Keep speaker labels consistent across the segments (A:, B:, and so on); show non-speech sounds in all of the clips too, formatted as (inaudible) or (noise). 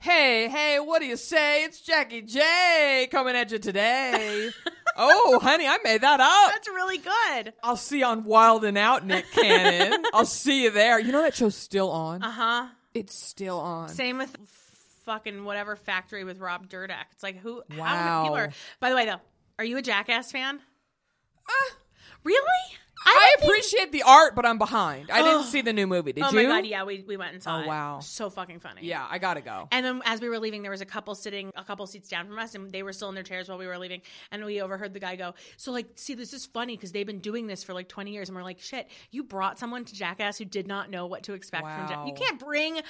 A: Hey, hey, what do you say? It's Jackie J coming at you today. oh, honey, I made that up.
B: That's really good.
A: I'll see you on Wild and Out, Nick Cannon. I'll see you there. You know that show's still on?
B: Uh huh.
A: It's still on.
B: Same with fucking whatever factory with Rob Dyrdek. It's like who?
A: Wow.
B: How many people are? By the way, though, are you a Jackass fan?
A: Ah,
B: Really?
A: I
B: don't think-
A: appreciate the art, but I'm behind. I didn't see the new movie. Did
B: Oh
A: you?
B: my god! Yeah, we, we went and saw
A: Oh,
B: it.
A: wow.
B: So fucking funny.
A: Yeah, I gotta go.
B: And then as we were leaving, there was a couple sitting a couple seats down from us, and they were still in their chairs while we were leaving. And we overheard the guy go, "So like, see, this is funny because they've been doing this for like twenty years." And we're like, "Shit, you brought someone to Jackass who did not know what to expect from
A: Wow.
B: Jackass. You can't bring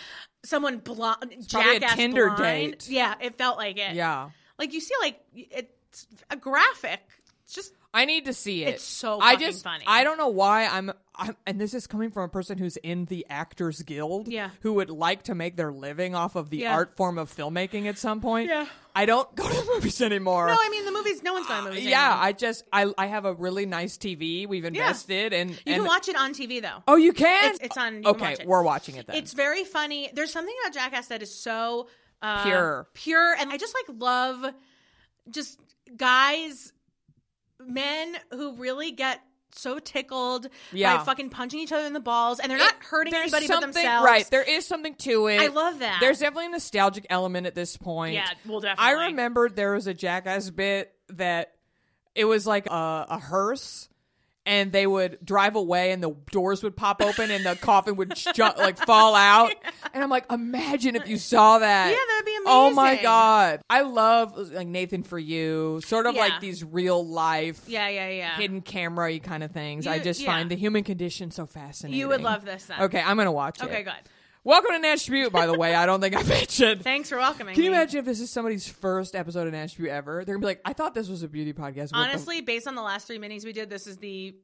B: someone blonde
A: probably a
B: Jackass
A: Tinder
B: blind."
A: date.
B: Yeah, it felt like it.
A: Yeah.
B: like you see, like it's a graphic. It's just
A: I need to see it.
B: It's so
A: I
B: fucking
A: just,
B: funny.
A: I don't know why I'm, I'm, and this is coming from a person who's in the Actors Guild,
B: Yeah.
A: who would like to make their living off of the
B: Yeah.
A: art form of filmmaking at some point.
B: Yeah.
A: I don't go to (laughs) movies anymore.
B: no. I mean, the movies. No one's going to movies.
A: Uh, yeah,
B: anymore.
A: I just, I, I have a really nice TV. We've invested, and
B: you
A: and-
B: can watch it on TV though.
A: Oh, you can.
B: It's- it's on- you can
A: okay,
B: watch it.
A: we're watching it then.
B: It's very funny. There's something about Jackass that is so uh,
A: Pure.
B: pure, and I just like love just guys, men who really get so tickled
A: Yeah.
B: by fucking punching each other in the balls, and they're not
A: (laughs)
B: hurting
A: There's
B: anybody but
A: something,
B: themselves.
A: Right. There is something to it.
B: I love that.
A: There's definitely a nostalgic element at this point.
B: Yeah, well,
A: I
B: definitely.
A: remembered there was a jackass bit that it was like a, a hearse. And they would drive away, and the doors would pop open, and the coffin would ju-
B: (laughs)
A: like fall out. And I'm like, imagine if you saw that.
B: Yeah, that'd be
A: Oh my
B: amazing.
A: god, I love like Nathan for you, sort of
B: Yeah.
A: like these real life,
B: yeah, yeah, yeah.
A: hidden camera kind of things. I
B: You-
A: just
B: yeah.
A: find the human condition so fascinating.
B: You would love this then.
A: Okay, I'm gonna watch it.
B: Okay, good.
A: Welcome to Nash Butte, by the way. I don't think I (laughs) mentioned.
B: Thanks for welcoming.
A: Can you
B: me.
A: imagine if this is somebody's first episode of Nash Butte ever? They're gonna be like, I thought this was a beauty podcast. What the
B: Honestly, based on the last three minis we did, this is the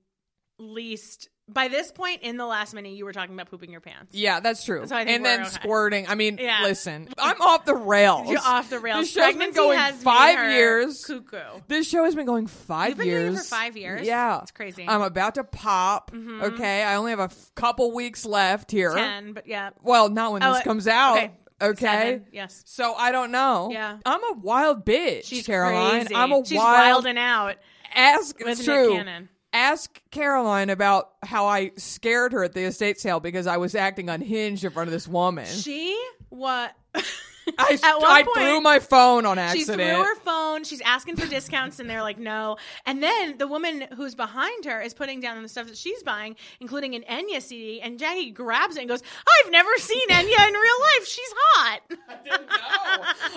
B: least. By this point in the last mini, you were talking about pooping your pants.
A: yeah, that's true.
B: So I think
A: and
B: we're
A: then
B: okay.
A: squirting. I mean,
B: Yeah.
A: listen, I'm off the rails.
B: You're off the rails.
A: This show's been
B: Pregnancy
A: going
B: has made
A: five
B: her
A: years.
B: Cuckoo.
A: This show has been going 5
B: You've been
A: years.
B: doing it for five years?
A: Yeah,
B: It's crazy. Mm-hmm.
A: I'm about to pop. Okay, I only have a f- couple weeks left here.
B: Ten, but yeah.
A: Well, not when
B: Oh,
A: this
B: uh,
A: comes out. Okay.
B: okay. Seven, yes.
A: So I don't know.
B: Yeah.
A: I'm a wild bitch,
B: She's
A: Caroline.
B: crazy.
A: I'm a
B: She's
A: wild.
B: wilding out.
A: ask.
B: with
A: it's
B: Nick
A: true.
B: Cannon.
A: Ask Caroline about how I scared her at the estate sale because I was acting unhinged in front of this woman.
B: She (laughs) what?
A: I,
B: At one
A: I
B: point,
A: threw my phone on
B: She threw
A: accident. (laughs)
B: her phone. She's asking for discounts, and they're like, "No." And then the woman who's behind her is putting down the stuff that she's buying, including an Enya CD. And Jackie grabs it and goes, "I've never
A: (laughs)
B: seen Enya in real life. She's hot."
A: No,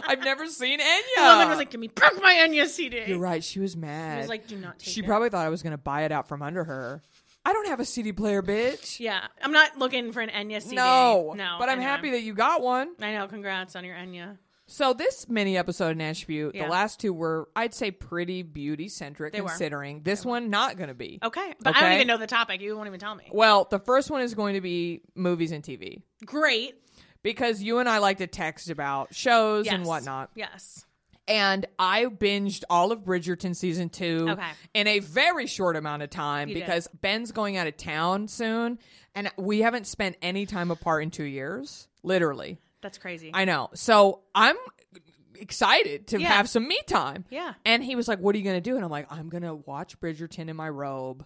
A: I've never seen Enya.
B: The woman was like, "Give me back my Enya CD."
A: You're right. She was mad.
B: She was like, "Do not take
A: she
B: it."
A: probably thought I was going to buy it out from under her. I don't have a CD player, bitch.
B: Yeah, I'm not looking for an Enya CD.
A: No,
B: no.
A: But I'm
B: anyway.
A: happy that you got one.
B: I know. Congrats on your Enya.
A: So this mini episode of Nash Butte,
B: Yeah.
A: the last two were, I'd say, pretty beauty centric.
B: They were.
A: Considering this one, not going to be.
B: Okay, but I don't
A: Okay?
B: even know the topic. You won't even tell me.
A: Well, the first one is going to be movies and TV
B: Great.
A: because you and I like to text about shows
B: Yes.
A: and whatnot.
B: Yes.
A: And I binged all of Bridgerton season two
B: Okay.
A: in a very short amount of time
B: You did.
A: because Ben's going out of town soon, and we haven't spent any time apart in two years, literally.
B: That's crazy.
A: I know. So I'm excited to
B: Yeah.
A: have some me time.
B: Yeah.
A: And he was like, What are you going to do? And I'm like, I'm going to watch Bridgerton in my robe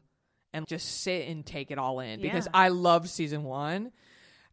A: and just sit and take it all in because
B: Yeah.
A: I loved season one.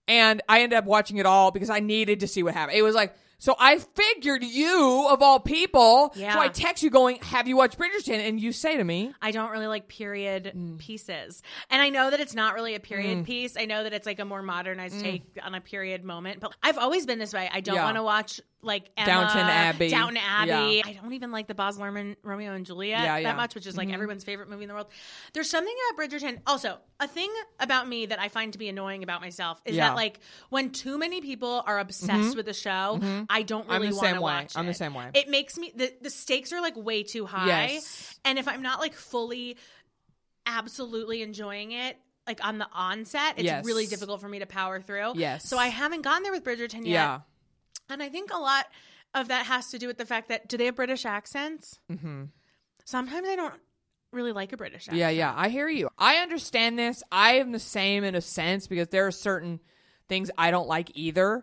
A: And I ended up watching it all because I needed to see what happened. It was like, So I figured you, of all people,
B: Yeah.
A: so I text you going, Have you watched Bridgerton? And you say to me,
B: I don't really like period
A: Mm.
B: pieces. And I know that it's not really a period piece. I know that it's like a more modernized take on a period moment, but I've always been this way. I don't
A: Mm. Yeah.
B: want to watch like Emma,
A: Downton Abbey.
B: Downton Abbey.
A: Yeah.
B: I don't even like the Baz Luhrmann Romeo and Juliet
A: Yeah, yeah. Mm-hmm.
B: that much, which is like everyone's favorite movie in the world. There's something about Bridgerton. Also, a thing about me that I find to be annoying about myself is
A: Yeah. Mm-hmm.
B: that like when too many people are obsessed with the show, I don't
A: I'm
B: really
A: the
B: want
A: same
B: to
A: way.
B: watch
A: I'm the
B: it.
A: same way.
B: It makes me the, the stakes are like way too high.
A: Yes.
B: And if I'm not like fully absolutely enjoying it like on the onset it's
A: Yes.
B: really difficult for me to power through
A: Yes.
B: so i haven't gone there with bridgerton yet
A: Yeah.
B: and i think a lot of that has to do with the fact that do they have british accents
A: Mm-hmm.
B: sometimes i don't really like a british accent
A: Yeah, yeah. I hear you. I understand this. I am the same in a sense because there are certain things I don't like either.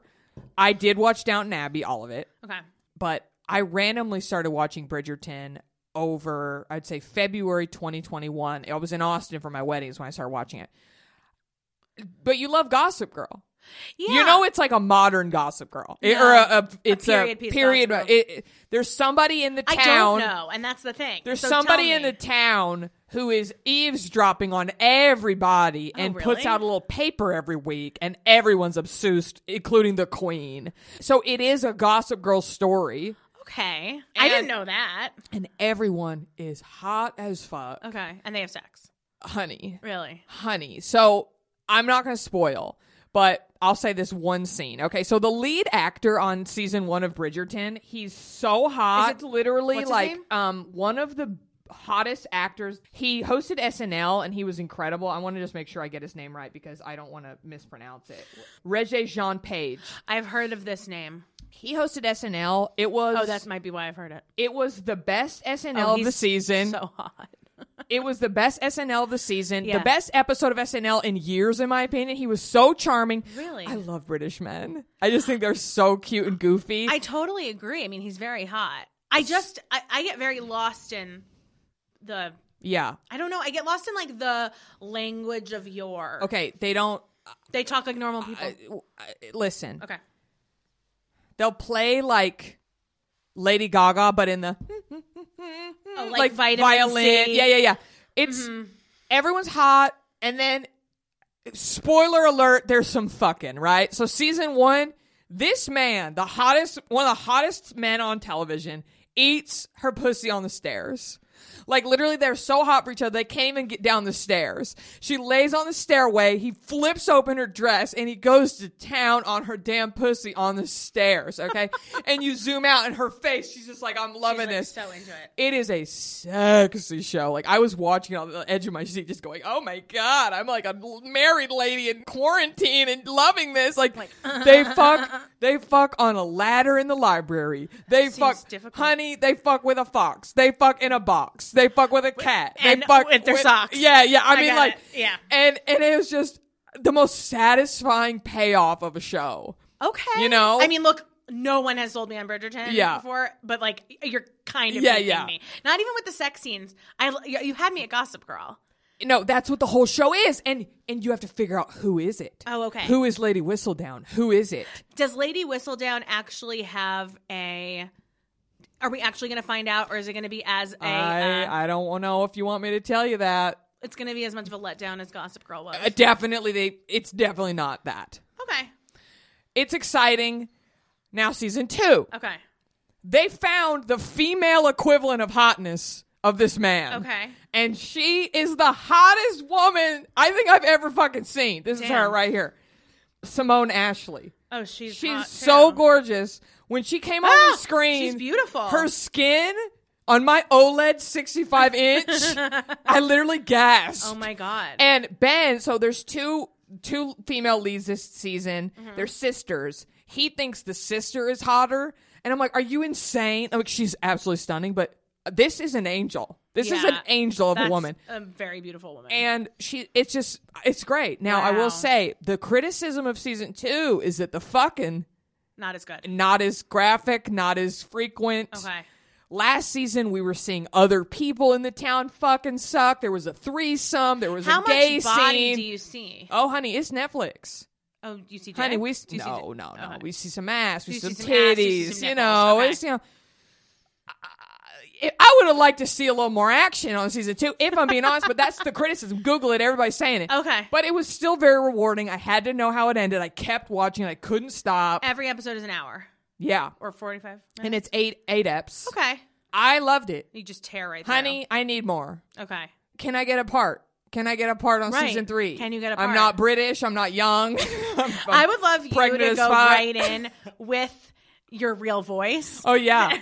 A: I did watch Downton Abbey, all of it,
B: okay
A: but I randomly started watching Bridgerton over, I'd say February 2021. I was in Austin for my wedding, is when I started watching it. But you love Gossip Girl.
B: yeah
A: You know, it's like a modern Gossip Girl, It-
B: No.
A: or a, a it's a
B: period
A: period.
B: piece Gossip
A: it,
B: Girl.
A: it- there's somebody in the
B: i
A: town.
B: don't know and that's the thing
A: There's
B: So tell
A: somebody in
B: me.
A: the town who is eavesdropping on everybody and puts
B: Oh, really?
A: out a little paper every week, and everyone's obsessed, including the queen. So it is a Gossip Girl story,
B: okay i
A: And-
B: didn't know that
A: and everyone is hot as fuck.
B: okay and they have sex
A: Honey,
B: really
A: honey. So I'm not going to spoil, but I'll say this one scene. Okay, so the lead actor on season one of Bridgerton, he's so hot.
B: Is it-
A: literally,
B: what's his
A: like
B: name?
A: um one of the hottest actors. He hosted SNL and he was incredible. I want to just make sure I get his name right because I don't want to mispronounce it. Regé Jean Page.
B: i've heard of this name
A: He hosted SNL. It was
B: oh that might be why i've heard it
A: it was the best SNL
B: oh
A: of the
B: he's
A: season.
B: (laughs) so hot
A: It was the best SNL of the season,
B: Yeah.
A: the best episode of SNL in years, in my opinion. He was so charming.
B: Really?
A: I love British men. I just think they're so cute and goofy.
B: I totally agree. I mean, he's very hot. I just I, I get very lost in the
A: yeah.
B: I don't know. I get lost in like the language of your.
A: Okay. They don't
B: They talk like normal people.
A: I- listen.
B: okay.
A: They'll play like Lady Gaga, but in the
B: Oh, like,
A: like,
B: vitamin
A: violin.
B: C. Mm-hmm.
A: Yeah, yeah, yeah. It's everyone's hot, and then spoiler alert: there's some fucking right. So season one, this man, the hottest, one of the hottest men on television, eats her pussy on the stairs. Like literally, they're so hot for each other they can't even get down the stairs. She lays on the stairway. He flips open her dress and he goes to town on her damn pussy on the stairs. Okay, (laughs) and you zoom out and her face. She's just like, I'm
B: She's,
A: loving
B: like,
A: this.
B: so into it.
A: It is a sexy show. Like I was watching on the edge of my seat, just going, "Oh my god!" I'm like a l- married lady in quarantine and loving this. Like,
B: (laughs)
A: they fuck, they fuck on a ladder in the library. They
B: seems
A: fuck,
B: difficult.
A: honey. They fuck with a fox. They fuck in a box. They fuck with a cat.
B: and
A: they fuck
B: with their socks.
A: Yeah, yeah. I,
B: I
A: mean,
B: got
A: like,
B: it. Yeah.
A: And and it was just the most satisfying payoff of a show.
B: Okay.
A: You know?
B: I mean, look. No one has sold me on Bridgerton
A: Yeah.
B: before, but like you're kind of
A: Yeah,
B: yeah,
A: yeah.
B: me. Not even with the sex scenes. I you you had me at Gossip Girl.
A: No, that's what the whole show is, and and you have to figure out who is it.
B: Oh, okay.
A: Who is Lady Whistledown? Who is it?
B: Does Lady Whistledown actually have a? Are we actually going to find out, or is it going to be as a?
A: I
B: uh,
A: I don't know if you want me to tell you that.
B: it's going to be as much of a letdown as Gossip Girl was.
A: Uh, definitely, they. It's definitely not that.
B: okay.
A: It's exciting. Now season two,
B: Okay.
A: they found the female equivalent of hotness of this man.
B: Okay.
A: and she is the hottest woman I think I've ever fucking seen. This is her
B: Damn.
A: right here, Simone Ashley.
B: Oh, she's
A: She's
B: hot,
A: so
B: too.
A: gorgeous. When she came on
B: Ah,
A: the screen,
B: she's beautiful.
A: Her skin on my OLED
B: (laughs)
A: 65 inch, I literally gasped.
B: Oh my god.
A: And Ben, so there's two two female leads this season.
B: Mm-hmm.
A: They're sisters. He thinks the sister is hotter, and I'm like, "Are you insane?" I'm like, "She's absolutely stunning, but this is an angel. This is an
B: Yeah.
A: angel of
B: That's
A: a woman."
B: A very beautiful woman.
A: and she it's just it's great now i
B: Wow.
A: will say the criticism of season two is that the fucking
B: Not as good.
A: not as graphic not as frequent
B: Okay.
A: last season we were seeing other people in the town fucking suck there was a threesome there was
B: How
A: a
B: much
A: gay
B: body
A: scene
B: do you see?
A: oh honey it's netflix
B: Oh, you see,
A: Honey,
B: Jay?
A: we
B: Do you see
A: no, no,
B: Jay?
A: no.
B: Oh, honey.
A: We see some ass. We
B: You
A: see some
B: see some ass, you see
A: titties.
B: some
A: You
B: nipples,
A: know,
B: okay.
A: it's you know. I- I would have liked to see a little more action on season two, if I'm being honest. But that's the criticism. Google it. Everybody's saying it.
B: Okay.
A: But it was still very rewarding. I had to know how it ended. I kept watching. I couldn't stop.
B: Every episode is an hour
A: Yeah.
B: or 45 minutes.
A: And it's eight eight eps.
B: okay.
A: I loved it,
B: You just tear right
A: honey. I need more.
B: through. Okay.
A: Can I get a part? Can I get a part on
B: Right.
A: season three?
B: Can you get a
A: I'm
B: part?
A: not British. I'm not young. (laughs) I'm- I'm
B: i would love you
A: pregnant
B: to
A: as
B: go
A: fuck. (laughs)
B: right in with your real voice.
A: Oh
B: (laughs)
A: yeah.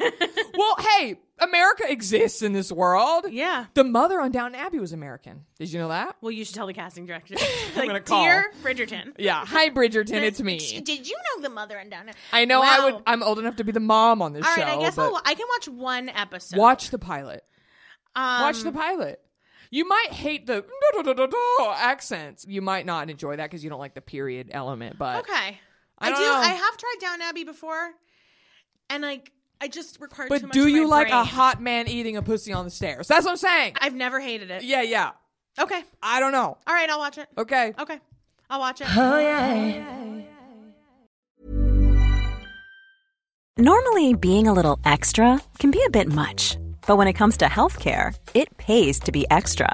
A: well, hey, America exists in this world.
B: Yeah.
A: The mother on Downton Abbey was American. Did you know that?
B: Well, you should tell the
A: (laughs)
B: casting director.
A: gonna
B: like,
A: call.
B: dear Bridgerton.
A: Yeah.
B: (laughs)
A: Hi, Bridgerton. It's
B: Ex-
A: me.
B: Did you know the mother and Donna?
A: I know I
B: Wow.
A: would. I'm old enough to be the mom on this
B: All
A: show.
B: right, I guess
A: but
B: I'll, I can watch one episode.
A: watch the pilot.
B: um,
A: Watch the pilot. You might hate the (laughs) accents. You might not enjoy that because you don't like the period element. But
B: Okay,
A: I
B: I,
A: don't
B: do.
A: know.
B: I have tried Down Abbey before, and like I just required. too
A: but
B: much
A: do
B: of my
A: you like a
B: brain.
A: hot man eating a pussy on the stairs? That's what I'm saying.
B: I've never hated it.
A: yeah, yeah.
B: Okay,
A: I don't know.
B: all right, I'll watch it.
A: Okay.
B: Okay, I'll watch it.
C: Normally, being a little extra can be a bit much, but when it comes to healthcare, it pays to be extra.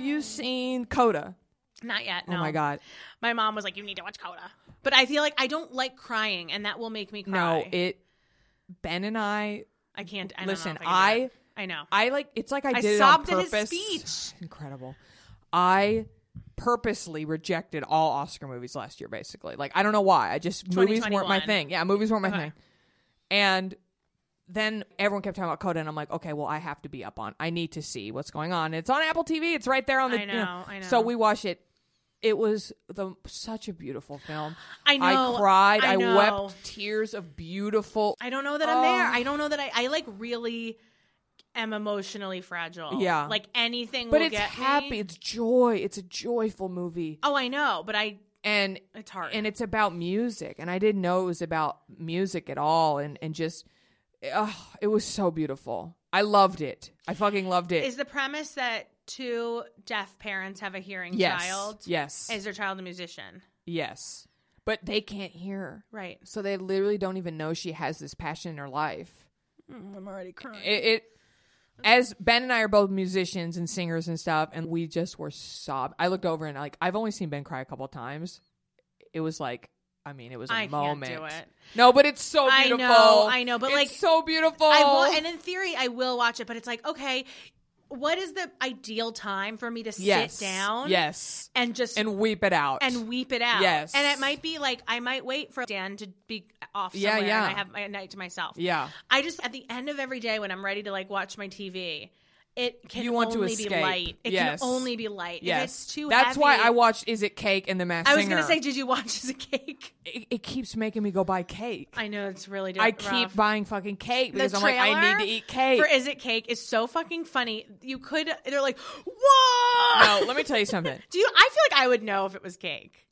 A: you seen Coda?
B: Not yet. No.
A: Oh my god.
B: My mom was like, "You need to watch Coda," but I feel like I don't like crying, and that will make me cry.
A: No, it. Ben and I,
B: I can't. I don't know
A: listen.
B: if
A: I,
B: I, can do it. I know.
A: I like. It's like I,
B: I
A: did
B: sobbed
A: it on
B: at his
A: purpose.
B: speech.
A: Incredible. I purposely rejected all Oscar movies last year. Basically, like I don't know why. I just movies weren't my
B: 2021.
A: thing. Yeah, movies weren't my
B: Okay.
A: thing. And then everyone kept talking about Coda, and I'm like, okay, well, I have to be up on. I need to see what's going on. It's on Apple TV. It's right there on the.
B: I
A: you
B: know, I
A: So
B: know.
A: we watched it. It was the such a beautiful film.
B: I know,
A: I cried.
B: I
A: I,
B: know.
A: wept tears of beautiful.
B: I don't know that I'm
A: Oh.
B: there. I don't know that I, I like really am emotionally fragile.
A: Yeah.
B: Like anything
A: but
B: will
A: it's
B: get
A: happy.
B: me.
A: It's joy. It's a joyful movie,
B: Oh, I know, but I
A: and
B: it's hard.
A: and it's about music. And I didn't know it was about music at all. And and just, oh, it was so beautiful. I loved it. I fucking loved it.
B: is the premise that two deaf parents have a hearing
A: yes,
B: child?
A: yes,
B: Is their child a musician?
A: yes. But they can't hear,
B: Right.
A: so they literally don't even know she has this passion in her life.
B: Mm, I'm already crying.
A: it, it as Ben and I are both musicians and singers and stuff, and we just were sob. I looked over and like I've only seen Ben cry a couple times. It was like, I mean, it was a
B: I can't do
A: moment.
B: it.
A: No, but it's so
B: I
A: beautiful.
B: know, I know, but,
A: It's
B: like,
A: so beautiful.
B: I will, and in theory, I will watch it, but it's like, okay, what is the ideal time for me to
A: yes,
B: sit down
A: yes,
B: and just
A: and weep it out.
B: and weep it out.
A: Yes.
B: and it might be like I might wait for Dan to be off
A: Yeah,
B: somewhere
A: yeah.
B: and I have my night to myself.
A: yeah,
B: I just at the end of every day when I'm ready to like watch my TV, it can
A: You want to
B: only be
A: escape.
B: light. It
A: Yes.
B: can only be light.
A: yes.
B: If it's too
A: That's why
B: heavy-
A: I watched "Is It Cake" and the Masked
B: I was
A: Singer.
B: gonna say, did you watch (laughs) as a cake?
A: it, it keeps making me go buy cake.
B: I know it's really. di-
A: I keep
B: rough.
A: buying fucking cake
B: The
A: because I'm like, I
B: trailer
A: need to eat cake.
B: For is it cake is so fucking funny. You could. They're like, whoa.
A: no, let me tell you something. (laughs)
B: Do you? I feel like I would know if it was cake.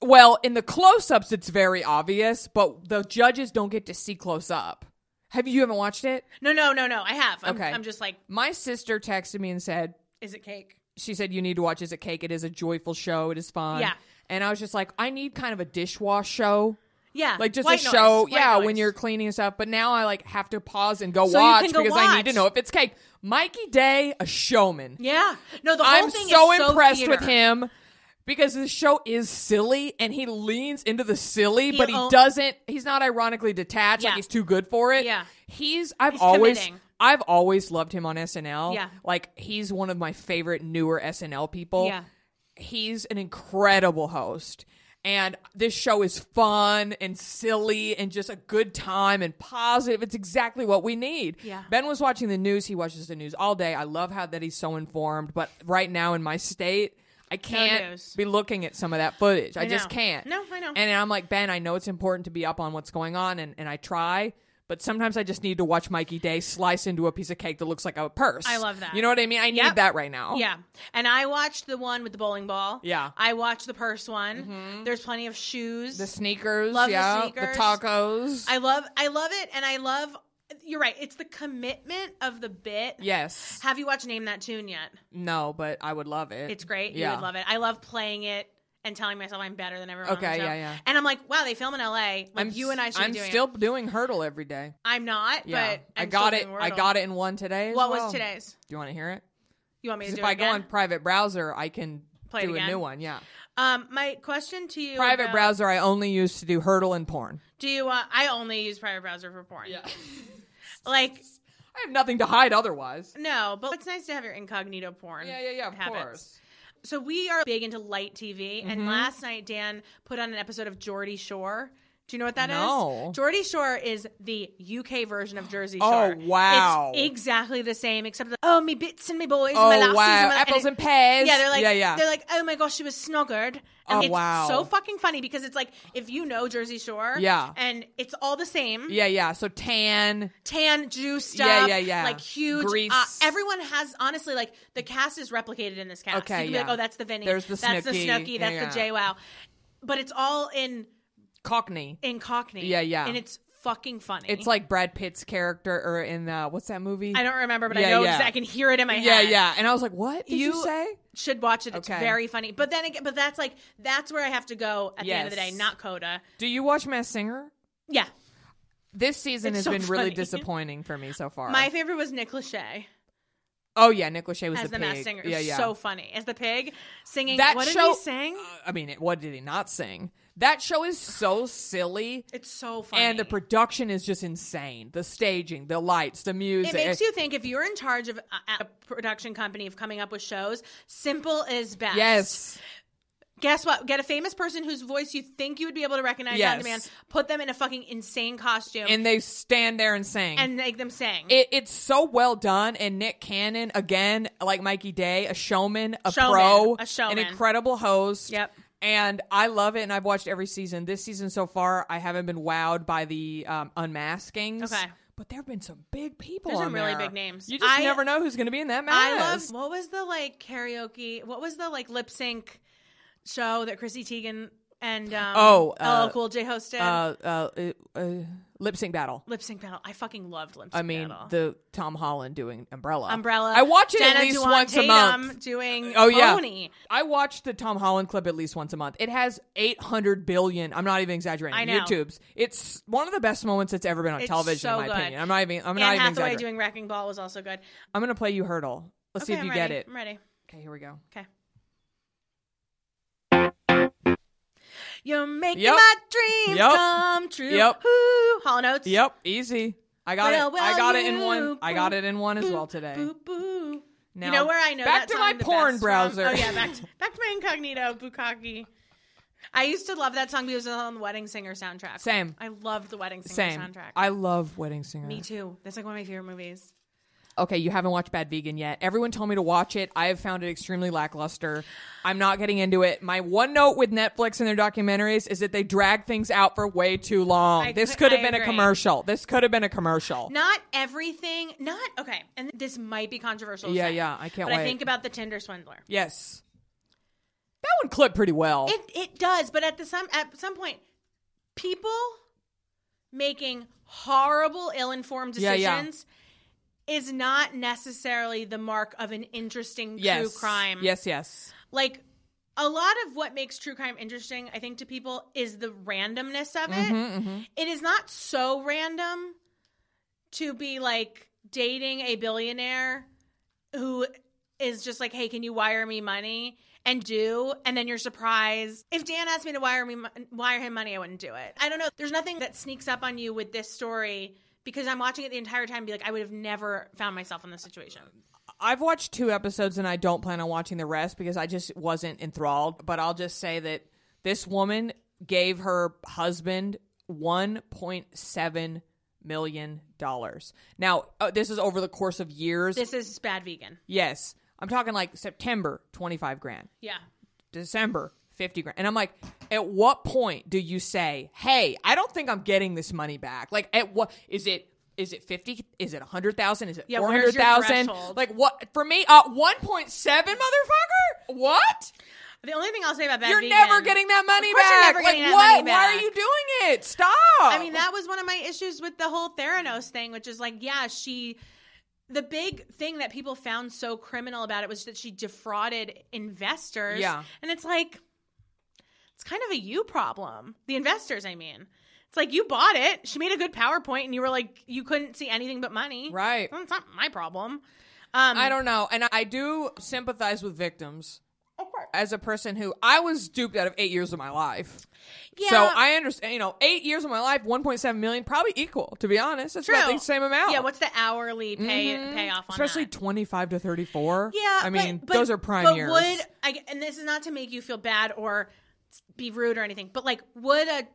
A: Well, in the close ups, it's very obvious, but the judges don't get to see close up. Have you, you haven't watched it?
B: No, no, no, no. I have. I'm,
A: Okay.
B: I'm just like,
A: My sister texted me and said,
B: is it cake?
A: she said, you need to watch Is It Cake? It is a joyful show. It is fun.
B: Yeah.
A: And I was just like, I need kind of a dishwash show.
B: Yeah,
A: Like just
B: white
A: a
B: noise,
A: show.
B: white
A: yeah, when
B: noise.
A: you're cleaning and stuff. But now I like have to pause and go
B: So you
A: watch
B: can go
A: because I need to
B: watch.
A: know if it's cake. Mikey Day, a showman.
B: Yeah. No, the whole
A: I'm
B: thing
A: so
B: is so
A: impressed
B: theater.
A: with him because the show is silly and he leans into the silly,
B: He
A: but he
B: o-
A: doesn't. He's not ironically detached.
B: Yeah.
A: Like he's too good for it.
B: Yeah.
A: he's. I've
B: He's
A: always.
B: committing.
A: I've always loved him on SNL.
B: Yeah.
A: like he's one of my favorite newer SNL people.
B: Yeah.
A: he's an incredible host. And this show is fun and silly and just a good time and positive. It's exactly what we need.
B: Yeah.
A: Ben was watching the news. He watches the news all day. I love how that he's so informed. But right now in my state, I can't
B: news.
A: be looking at some of that footage. I, just
B: know.
A: can't.
B: No, I know.
A: And I'm like, Ben, I know it's important to be up on what's going on, and, and I try, but sometimes I just need to watch Mikey Day slice into a piece of cake that looks like a purse.
B: I love that.
A: You know what I mean? I need
B: Yep.
A: that right now.
B: Yeah. And I watched the one with the bowling ball.
A: Yeah. Mm-hmm.
B: I watched the purse one. There's plenty of shoes.
A: The sneakers.
B: Love the
A: yeah.
B: sneakers.
A: tacos.
B: I love I love it and I love you're right, it's the commitment of the bit.
A: yes.
B: Have you watched Name That Tune yet?
A: No, but I would love it.
B: It's great.
A: Yeah.
B: You would love it. I love playing it and telling myself I'm better than everyone. on
A: Okay,
B: the show.
A: yeah, yeah.
B: And I'm like, wow, they film in LA. Like
A: I'm
B: you and I should
A: I'm
B: be doing
A: still
B: it.
A: doing hurdle every day.
B: I'm not,
A: Yeah.
B: but
A: I
B: I'm
A: got
B: still
A: it.
B: doing
A: I
B: Wordle.
A: got it in one today. as
B: What
A: well.
B: was today's?
A: Do you want to hear it?
B: You want me to
A: 'Cause
B: do
A: if
B: it
A: I go
B: again?
A: on private browser, I can
B: Play it
A: do a
B: again?
A: new one. Yeah.
B: um, my question to you
A: Private
B: about-
A: browser, I only use to do hurdle and porn.
B: Do you? Uh, I only use private browser for porn. (laughs) like
A: I have nothing to hide otherwise.
B: no, but it's nice to have your incognito porn.
A: Yeah, yeah, yeah, of
B: habits.
A: course.
B: So we are big into light TV,
A: Mm-hmm.
B: and last night Dan put on an episode of Geordie Shore. Do you know what that is?
A: No.
B: Geordie Shore is the UK version of Jersey
A: Oh,
B: Shore.
A: wow.
B: It's exactly the same, except that, oh, me bits and me boys
A: Oh,
B: and my lassies
A: wow.
B: and my,
A: Apples
B: it-
A: and pears.
B: Yeah, they're like,
A: Yeah, yeah.
B: they're like, oh my gosh, she was snoggered. And
A: Oh,
B: it's
A: wow.
B: so fucking funny because it's like, if you know Jersey Shore,
A: Yeah.
B: and it's all the same,
A: Yeah, yeah. So tan.
B: tan juiced
A: Yeah,
B: up,
A: yeah, yeah.
B: like huge.
A: Grease.
B: Uh, everyone has honestly like the cast is replicated in this cast.
A: Okay,
B: you
A: yeah.
B: can be like, oh, that's the Vinny.
A: There's the
B: that's
A: Snooki.
B: the Snooki. That's
A: Yeah,
B: the
A: yeah.
B: Jay Wow. But it's all in
A: Cockney.
B: in Cockney.
A: Yeah, yeah.
B: And it's fucking funny.
A: It's like Brad Pitt's character, or in uh, what's that movie?
B: I don't remember, but
A: Yeah,
B: I know
A: yeah.
B: exact- I can hear it in my
A: Yeah,
B: head.
A: yeah. And I was like, what did you, say?
B: should watch it. It's
A: Okay.
B: very funny. But then again, but that's like that's where I have to go at the end of the
A: Yes.
B: day, not Coda.
A: Do you watch Mass Singer?
B: Yeah.
A: This season
B: It's
A: has
B: so
A: been really
B: funny.
A: disappointing for me so far.
B: My favorite was Nick Lachey
A: oh yeah, Nick Lachey was
B: as the,
A: the,
B: mass
A: pig.
B: singer. It
A: Yeah,
B: was
A: yeah.
B: so funny. As the pig singing
A: that
B: what
A: show
B: did he sing?
A: Uh, I mean, it- what did he not sing? That show is so silly.
B: It's so funny.
A: And the production is just insane. The staging, the lights, the music.
B: It makes you think if you're in charge of a, a production company of coming up with shows, simple is best.
A: Yes.
B: Guess what? Get a famous person whose voice you think you would be able to recognize
A: Yes.
B: on demand, put them in a fucking insane costume,
A: And they stand there and sing.
B: and make them sing.
A: it, it's so well done. And Nick Cannon, again, like Mikey Day, a showman, a
B: Showman.
A: pro,
B: A showman.
A: an incredible host.
B: Yep.
A: And I love it. And I've watched every season. This season so far, I haven't been wowed by the um, unmaskings.
B: Okay.
A: But there have been some big people.
B: There's
A: on
B: some really
A: there.
B: big names.
A: You just
B: I-
A: never know who's going to be in that mask.
B: I love what was the like karaoke? What was the like lip sync show that Chrissy Teigen and um,
A: Oh, uh,
B: LL Cool J hosted?
A: uh, uh, uh, uh, lip sync battle.
B: lip sync battle. I fucking loved lip sync.
A: I mean,
B: battle.
A: the Tom Holland doing Umbrella.
B: Umbrella.
A: I watch it
B: Jenna
A: at least
B: Dewan
A: once a
B: Tatum
A: month.
B: Doing
A: Oh yeah,
B: Pony.
A: I watch the Tom Holland clip at least once a month. It has 800 billion. I'm not even exaggerating.
B: I know.
A: YouTube's. It's one of the best moments that's ever been on
B: It's
A: television,
B: so
A: in my
B: good.
A: opinion. I'm not even. I'm not
B: Anne
A: even
B: Hathaway
A: exaggerating.
B: doing Wrecking Ball was also good.
A: I'm gonna play you hurdle. Let's see if
B: I'm
A: you
B: ready.
A: get it.
B: I'm ready.
A: Okay, here we go.
B: Okay. You're making
A: Yep.
B: my dreams
A: Yep.
B: come true.
A: Yep.
B: Ooh, Hollow notes.
A: Yep, easy. I got
B: Well,
A: it. I got it in
B: well,
A: one.
B: you
A: I got it in one as
B: boo,
A: well today.
B: Boo boo.
A: Now,
B: you know where I know
A: back
B: that
A: to
B: song
A: my
B: the
A: porn
B: best
A: browser.
B: From? Oh yeah, back to, (laughs) back to my incognito bukkake. I used to love that song because it was on the Wedding Singer soundtrack.
A: Same.
B: I loved the Wedding Singer
A: Same.
B: soundtrack.
A: I love Wedding Singer.
B: Me too. That's like one of my favorite movies.
A: okay, you haven't watched Bad Vegan yet. Everyone told me to watch it. I have found it extremely lackluster. I'm not getting into it. My one note with Netflix and their documentaries is that they drag things out for way too long.
B: I
A: this
B: cou-
A: could have
B: I
A: been a
B: agree.
A: commercial. This could have been a commercial.
B: Not everything. Not okay. And this might be controversial. to
A: Yeah,
B: say,
A: yeah, I can't
B: But
A: wait.
B: I think about the Tinder swindler.
A: Yes. That one clipped pretty well.
B: It it does, but at the some at some point, people making horrible, ill-informed
A: Yeah,
B: decisions
A: yeah.
B: is not necessarily the mark of an interesting
A: yes.
B: true crime.
A: Yes, yes.
B: like a lot of what makes true crime interesting, I think, to people is the randomness of it. It is not so random to be like dating a billionaire who is just like, hey, can you wire me money? And do, and then you're surprised. If Dan asked me to wire me, wire him money, I wouldn't do it. I don't know. There's nothing that sneaks up on you with this story because I'm watching it the entire time. And be like, I would have never found myself in this situation.
A: I've watched two episodes and I don't plan on watching the rest because I just wasn't enthralled. But I'll just say that this woman gave her husband $1.7 million. Now, uh, this is over the course of years.
B: This is bad vegan.
A: yes. I'm talking like September, 25 grand.
B: Yeah,
A: December, 50 grand. And I'm like, at what point do you say, hey, I don't think I'm getting this money back? Like, at what is it? Is it 50? Is it 100,000? Is it
B: Yeah, where's your
A: 400,000?
B: threshold?
A: Like, what for me? Uh, 1.7 motherfucker? What?
B: The only thing I'll say about that
A: You're
B: vegan-
A: never getting that money
B: Of course you're
A: back.
B: never
A: like,
B: getting that
A: what?
B: money
A: Why are
B: back.
A: you doing it? Stop.
B: I mean, that was one of my issues with the whole Theranos thing, which is like, yeah, she. The big thing that people found so criminal about it was that she defrauded investors.
A: Yeah.
B: And it's like, it's kind of a you problem. The investors, I mean. It's like you bought it. She made a good PowerPoint and you were like, you couldn't see anything but money.
A: Right.
B: Well, it's not my problem. Um,
A: I don't know. And I- I do sympathize with victims. As a person who I was duped out of eight years of my life. So
B: Yeah.
A: I understand, you know, eight years of my life, 1.7 million, probably equal, to be honest. It's about
B: True.
A: the same amount. Mm-hmm.
B: Yeah, what's the hourly pay payoff on
A: Especially
B: that?
A: 25 to 34.
B: Yeah,
A: I
B: but-
A: mean,
B: but-
A: those are prime
B: but
A: years.
B: Would I, and this is not to make you feel bad or be rude or anything, but like, would a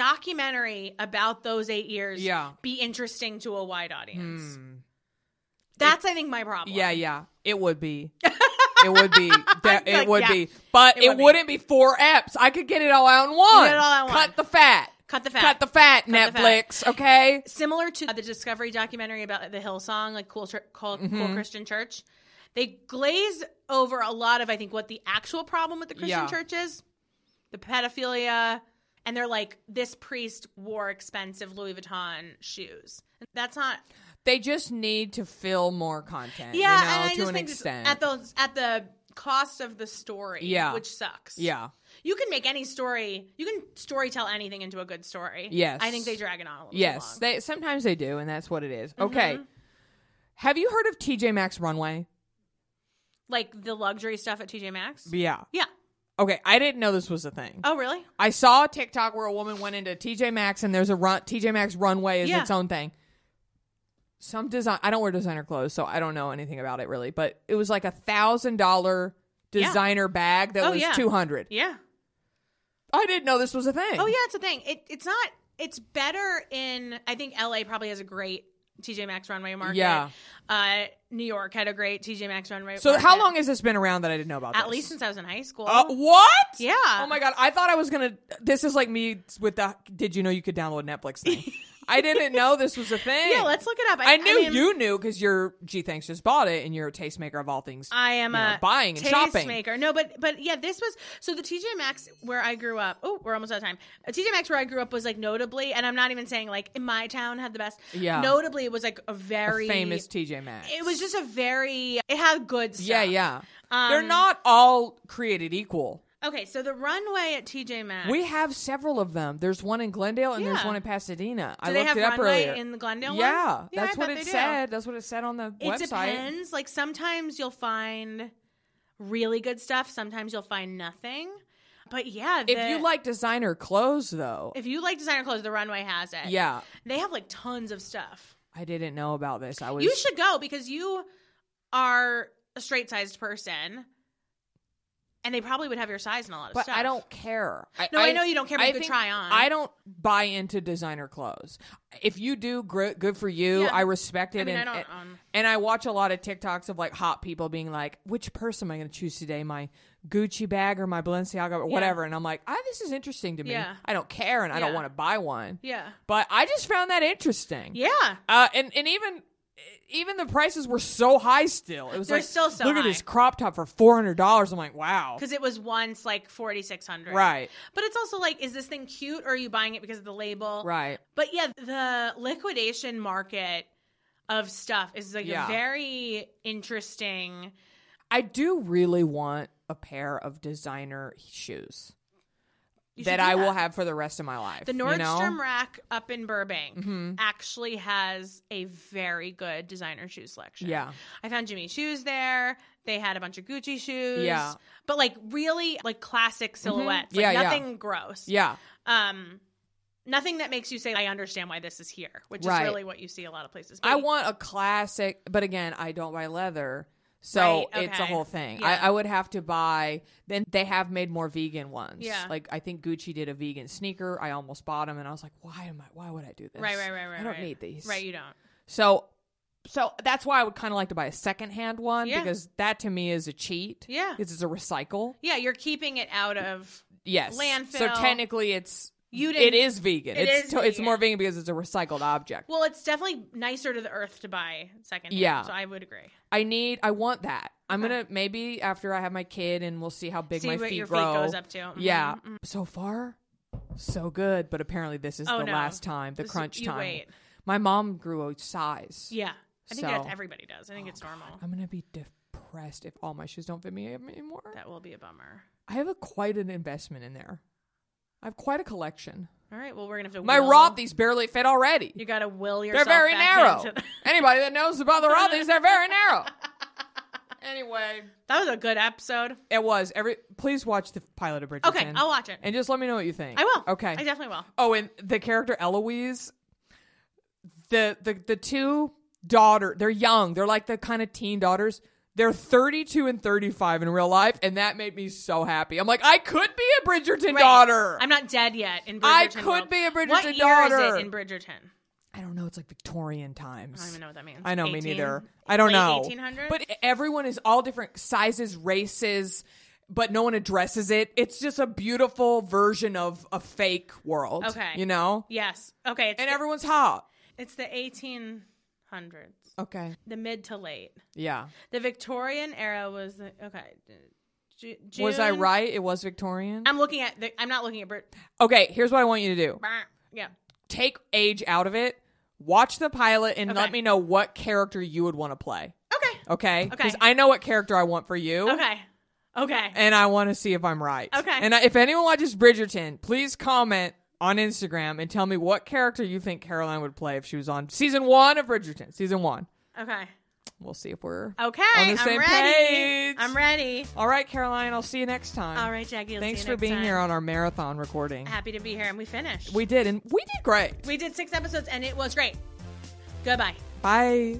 B: documentary about those eight years
A: Yeah. Hmm.
B: be interesting to a wide audience? That's, I think, my problem.
A: Yeah, yeah. It would
B: (laughs)
A: be. It would be. That, it
B: Like,
A: would
B: yeah.
A: be. But it,
B: would be.
A: wouldn't be. four eps. I could get it all out in one.
B: it all out in
A: Cut
B: one.
A: the fat.
B: Cut the fat.
A: Cut the fat,
B: Cut the fat.
A: Netflix. Okay.
B: Similar to the Discovery documentary about the Hillsong, like Cool, Chur- cool,
A: Mm-hmm.
B: cool Christian Church, they glaze over a lot of, I think, what the actual problem with the Christian
A: Yeah.
B: church is the pedophilia. And they're like, this priest wore expensive Louis Vuitton shoes. That's not
A: They just need to fill more content.
B: yeah,
A: Uh, you know,
B: and I
A: to
B: just
A: an
B: think it's
A: extent.
B: at the at the cost of the story,
A: Yeah.
B: which sucks.
A: yeah.
B: you can make any story, you can story tell anything into a good story.
A: Yes.
B: I think they drag it on Mm-hmm. a little too
A: Yes.
B: long.
A: They sometimes they do, and that's what it is. Okay. Have you heard of TJ Maxx Runway?
B: like the luxury stuff at TJ Maxx.
A: Yeah.
B: yeah.
A: Okay, I didn't know this was a thing.
B: Oh, really?
A: I saw a TikTok where a woman went into TJ Maxx and there's a run TJ Maxx runway is
B: Yeah.
A: its own thing. Some design I don't wear designer clothes, so I don't know anything about it really, but it was like a thousand dollar
B: Yeah.
A: designer bag that
B: Oh,
A: was
B: yeah.
A: two hundred.
B: Yeah.
A: I didn't know this was a thing.
B: Oh, yeah. It's a thing. It, it's not. It's better in. I think LA probably has a great TJ Maxx runway market.
A: Yeah.
B: Uh, New York had a great TJ Maxx runway.
A: So how
B: market.
A: long has this been around that I didn't know about?
B: At
A: this?
B: least since I was in high school.
A: Uh, what?
B: Yeah.
A: Oh my god! I thought I was gonna. This is like me with the. Did you know you could download Netflix
B: (laughs)
A: thing? I didn't know this was a thing.
B: Yeah, let's look it up.
A: I,
B: I- I
A: knew
B: mean-
A: you knew because your G Thanks just bought it, and you're a tastemaker of all things.
B: I am
A: you know,
B: a
A: buying and shopping.
B: maker. No, but but yeah, this was so the TJ Maxx where I grew up. Oh, we're almost out of time. A TJ Maxx where I grew up was like notably, and I'm not even saying like in my town had the best.
A: Yeah.
B: notably it was like a
A: A
B: very
A: famous TJ Maxx.
B: It was just a very. It had good stuff.
A: Yeah, yeah. They're
B: Um,
A: not all created equal.
B: Okay, so the runway at TJ Maxx.
A: We have several of them. There's one in Glendale and there's
B: Yeah.
A: one in Pasadena. I
B: Do they
A: looked
B: have
A: it up
B: runway
A: earlier.
B: in the Glendale one?
A: Yeah,
B: Yeah,
A: that's
B: I
A: what
B: bet
A: it
B: they do.
A: said. That's what it said on the
B: It
A: website.
B: depends. Like sometimes you'll find really good stuff. Sometimes you'll find nothing. But yeah,
A: If
B: the-
A: you like designer clothes, though,
B: if you like designer clothes, the runway has it.
A: yeah,
B: They have like tons of stuff.
A: I didn't know about this. I was
B: You should go because you are a straight sized person and they probably would have your size in a lot of
A: but
B: stuff.
A: I don't care.
B: No, I know you don't care, but you could
A: think-
B: try on.
A: I don't buy into designer clothes. If you do, gr- good for you.
B: Yeah.
A: I respect it.
B: I mean,
A: and,
B: I
A: and,
B: don't um, own-
A: and I watch a lot of TikToks of like hot people being like, "Which purse am I going to choose today? My Gucci bag or my Balenciaga or whatever?" And I'm like, "Ah, this is interesting to me.
B: Yeah.
A: I don't care, and I don't
B: Yeah.
A: want to buy one."
B: Yeah.
A: But I just found that interesting.
B: Yeah.
A: Uh, and and even even the prices were so high still. It was
B: They're
A: like
B: still so
A: look at
B: high.
A: this crop top for four hundred dollars. I'm like, wow.
B: Because it was once like forty six hundred.
A: Right.
B: But it's also like, is this thing cute or are you buying it because of the label?
A: Right.
B: But yeah, the liquidation market of stuff is like
A: Yeah.
B: a very interesting
A: I do really want a pair of designer shoes
B: You should
A: that
B: do
A: I will have for the rest of my life.
B: The
A: you know? Mm-hmm.
B: Nordstrom rack up in Burbank actually has a very good designer shoe selection.
A: Yeah.
B: I found Jimmy shoes there. They had a bunch of Gucci shoes.
A: Yeah. Mm-hmm.
B: But like really like classic silhouettes.
A: Yeah,
B: Like
A: yeah.
B: nothing gross.
A: Yeah.
B: Um nothing that makes you say, I understand why this is here, which
A: Right.
B: is really what you see a lot of places.
A: I
B: But
A: want a classic, but again, I don't buy leather. So
B: Right,
A: it's a
B: okay.
A: whole thing.
B: Yeah.
A: I, I would have to buy. Then they have made more vegan ones.
B: Yeah.
A: like I think Gucci did a vegan sneaker. I almost bought them, and I was like, "Why am I? Why would I do this?
B: Right, right, right, right.
A: I don't
B: right.
A: need these.
B: Right, you don't.
A: So So that's why I would kind of like to buy a secondhand one
B: Yeah.
A: because that to me is a cheat.
B: Yeah.
A: Because it's a recycle.
B: Yeah, you're keeping it out of.
A: Yes. So
B: Landfill.
A: technically it's
B: You
A: it
B: didn't-
A: is vegan.
B: It
A: it's
B: is
A: to- it's
B: vegan.
A: more vegan because it's a recycled object.
B: Well, it's definitely nicer to the earth to buy second.
A: Yeah.
B: so I would agree.
A: I need I want that. I'm going to maybe after I have my kid and we'll see how big
B: See
A: my
B: what
A: feet
B: your feet
A: grow.
B: goes up to. Mhm.
A: Yeah. So far so good, but apparently this is
B: Oh,
A: the
B: no.
A: last time, the
B: This-
A: crunch
B: you
A: time.
B: wait.
A: My mom grew a size.
B: Yeah, I think
A: So- Oh,
B: that's everybody does. I think it's normal.
A: I'm going to be depressed if all my shoes don't fit me anymore.
B: That will be a bummer.
A: I have a quite an investment in there. I have quite a collection.
B: All right. Well, we're gonna have to.
A: My
B: will-
A: Rothy's barely fit already.
B: You gotta will
A: they're
B: yourself.
A: very
B: back
A: narrow.
B: into the- (laughs)
A: Anybody that knows about the Rothy's, they're very narrow. Anyway,
B: that was a good episode.
A: it was every. Please watch the pilot of Bridgerton.
B: Okay, I'll watch it.
A: and just let me know what you think.
B: I will.
A: Okay.
B: I definitely will.
A: oh, and the character Eloise, the the the two daughter, they're young. They're like the kind of teen daughters. They're 32 and 35 in real life, and that made me so happy. I'm like, I could be a Bridgerton
B: Right.
A: daughter.
B: I'm not dead yet. In Bridgerton
A: I could
B: world.
A: be a Bridgerton
B: what year is
A: daughter.
B: it in Bridgerton?
A: I don't know. It's like Victorian times.
B: I don't even know what that means.
A: I know, me
B: 18
A: neither. I don't
B: late
A: know.
B: 1800s?
A: But everyone is all different sizes, races, but no one addresses it. It's just a beautiful version of a fake world.
B: Okay.
A: You know?
B: Yes. Okay. It's,
A: And
B: the,
A: everyone's hot.
B: it's the 1800s,
A: Okay.
B: the mid to late.
A: Yeah.
B: The Victorian era was the okay. Ju- June,
A: Was I right? It was Victorian.
B: I'm looking at. The, I'm not looking at Brit.
A: okay, here's what I want you to do.
B: Yeah.
A: Take age out of it. Watch the pilot and let
B: Okay.
A: me know what character you would want to play.
B: Okay.
A: Okay?
B: Okay.
A: I know what character I want for you.
B: Okay. Okay.
A: and I want to see if I'm right.
B: Okay.
A: And I, if anyone watches Bridgerton, please comment on Instagram and tell me what character you think Caroline would play if she was on season one of Bridgerton. Season one.
B: Okay.
A: We'll see if we're
B: Okay.
A: on the same
B: I'm ready.
A: page.
B: I'm ready.
A: All right, Caroline. I'll see you next time.
B: All right, Jackie. I'll
A: Thanks
B: see you
A: for
B: next
A: being
B: time.
A: here on our marathon recording.
B: Happy to be here, and we finished.
A: We did, and we did great.
B: we did six episodes, and it was great. Goodbye.
A: Bye.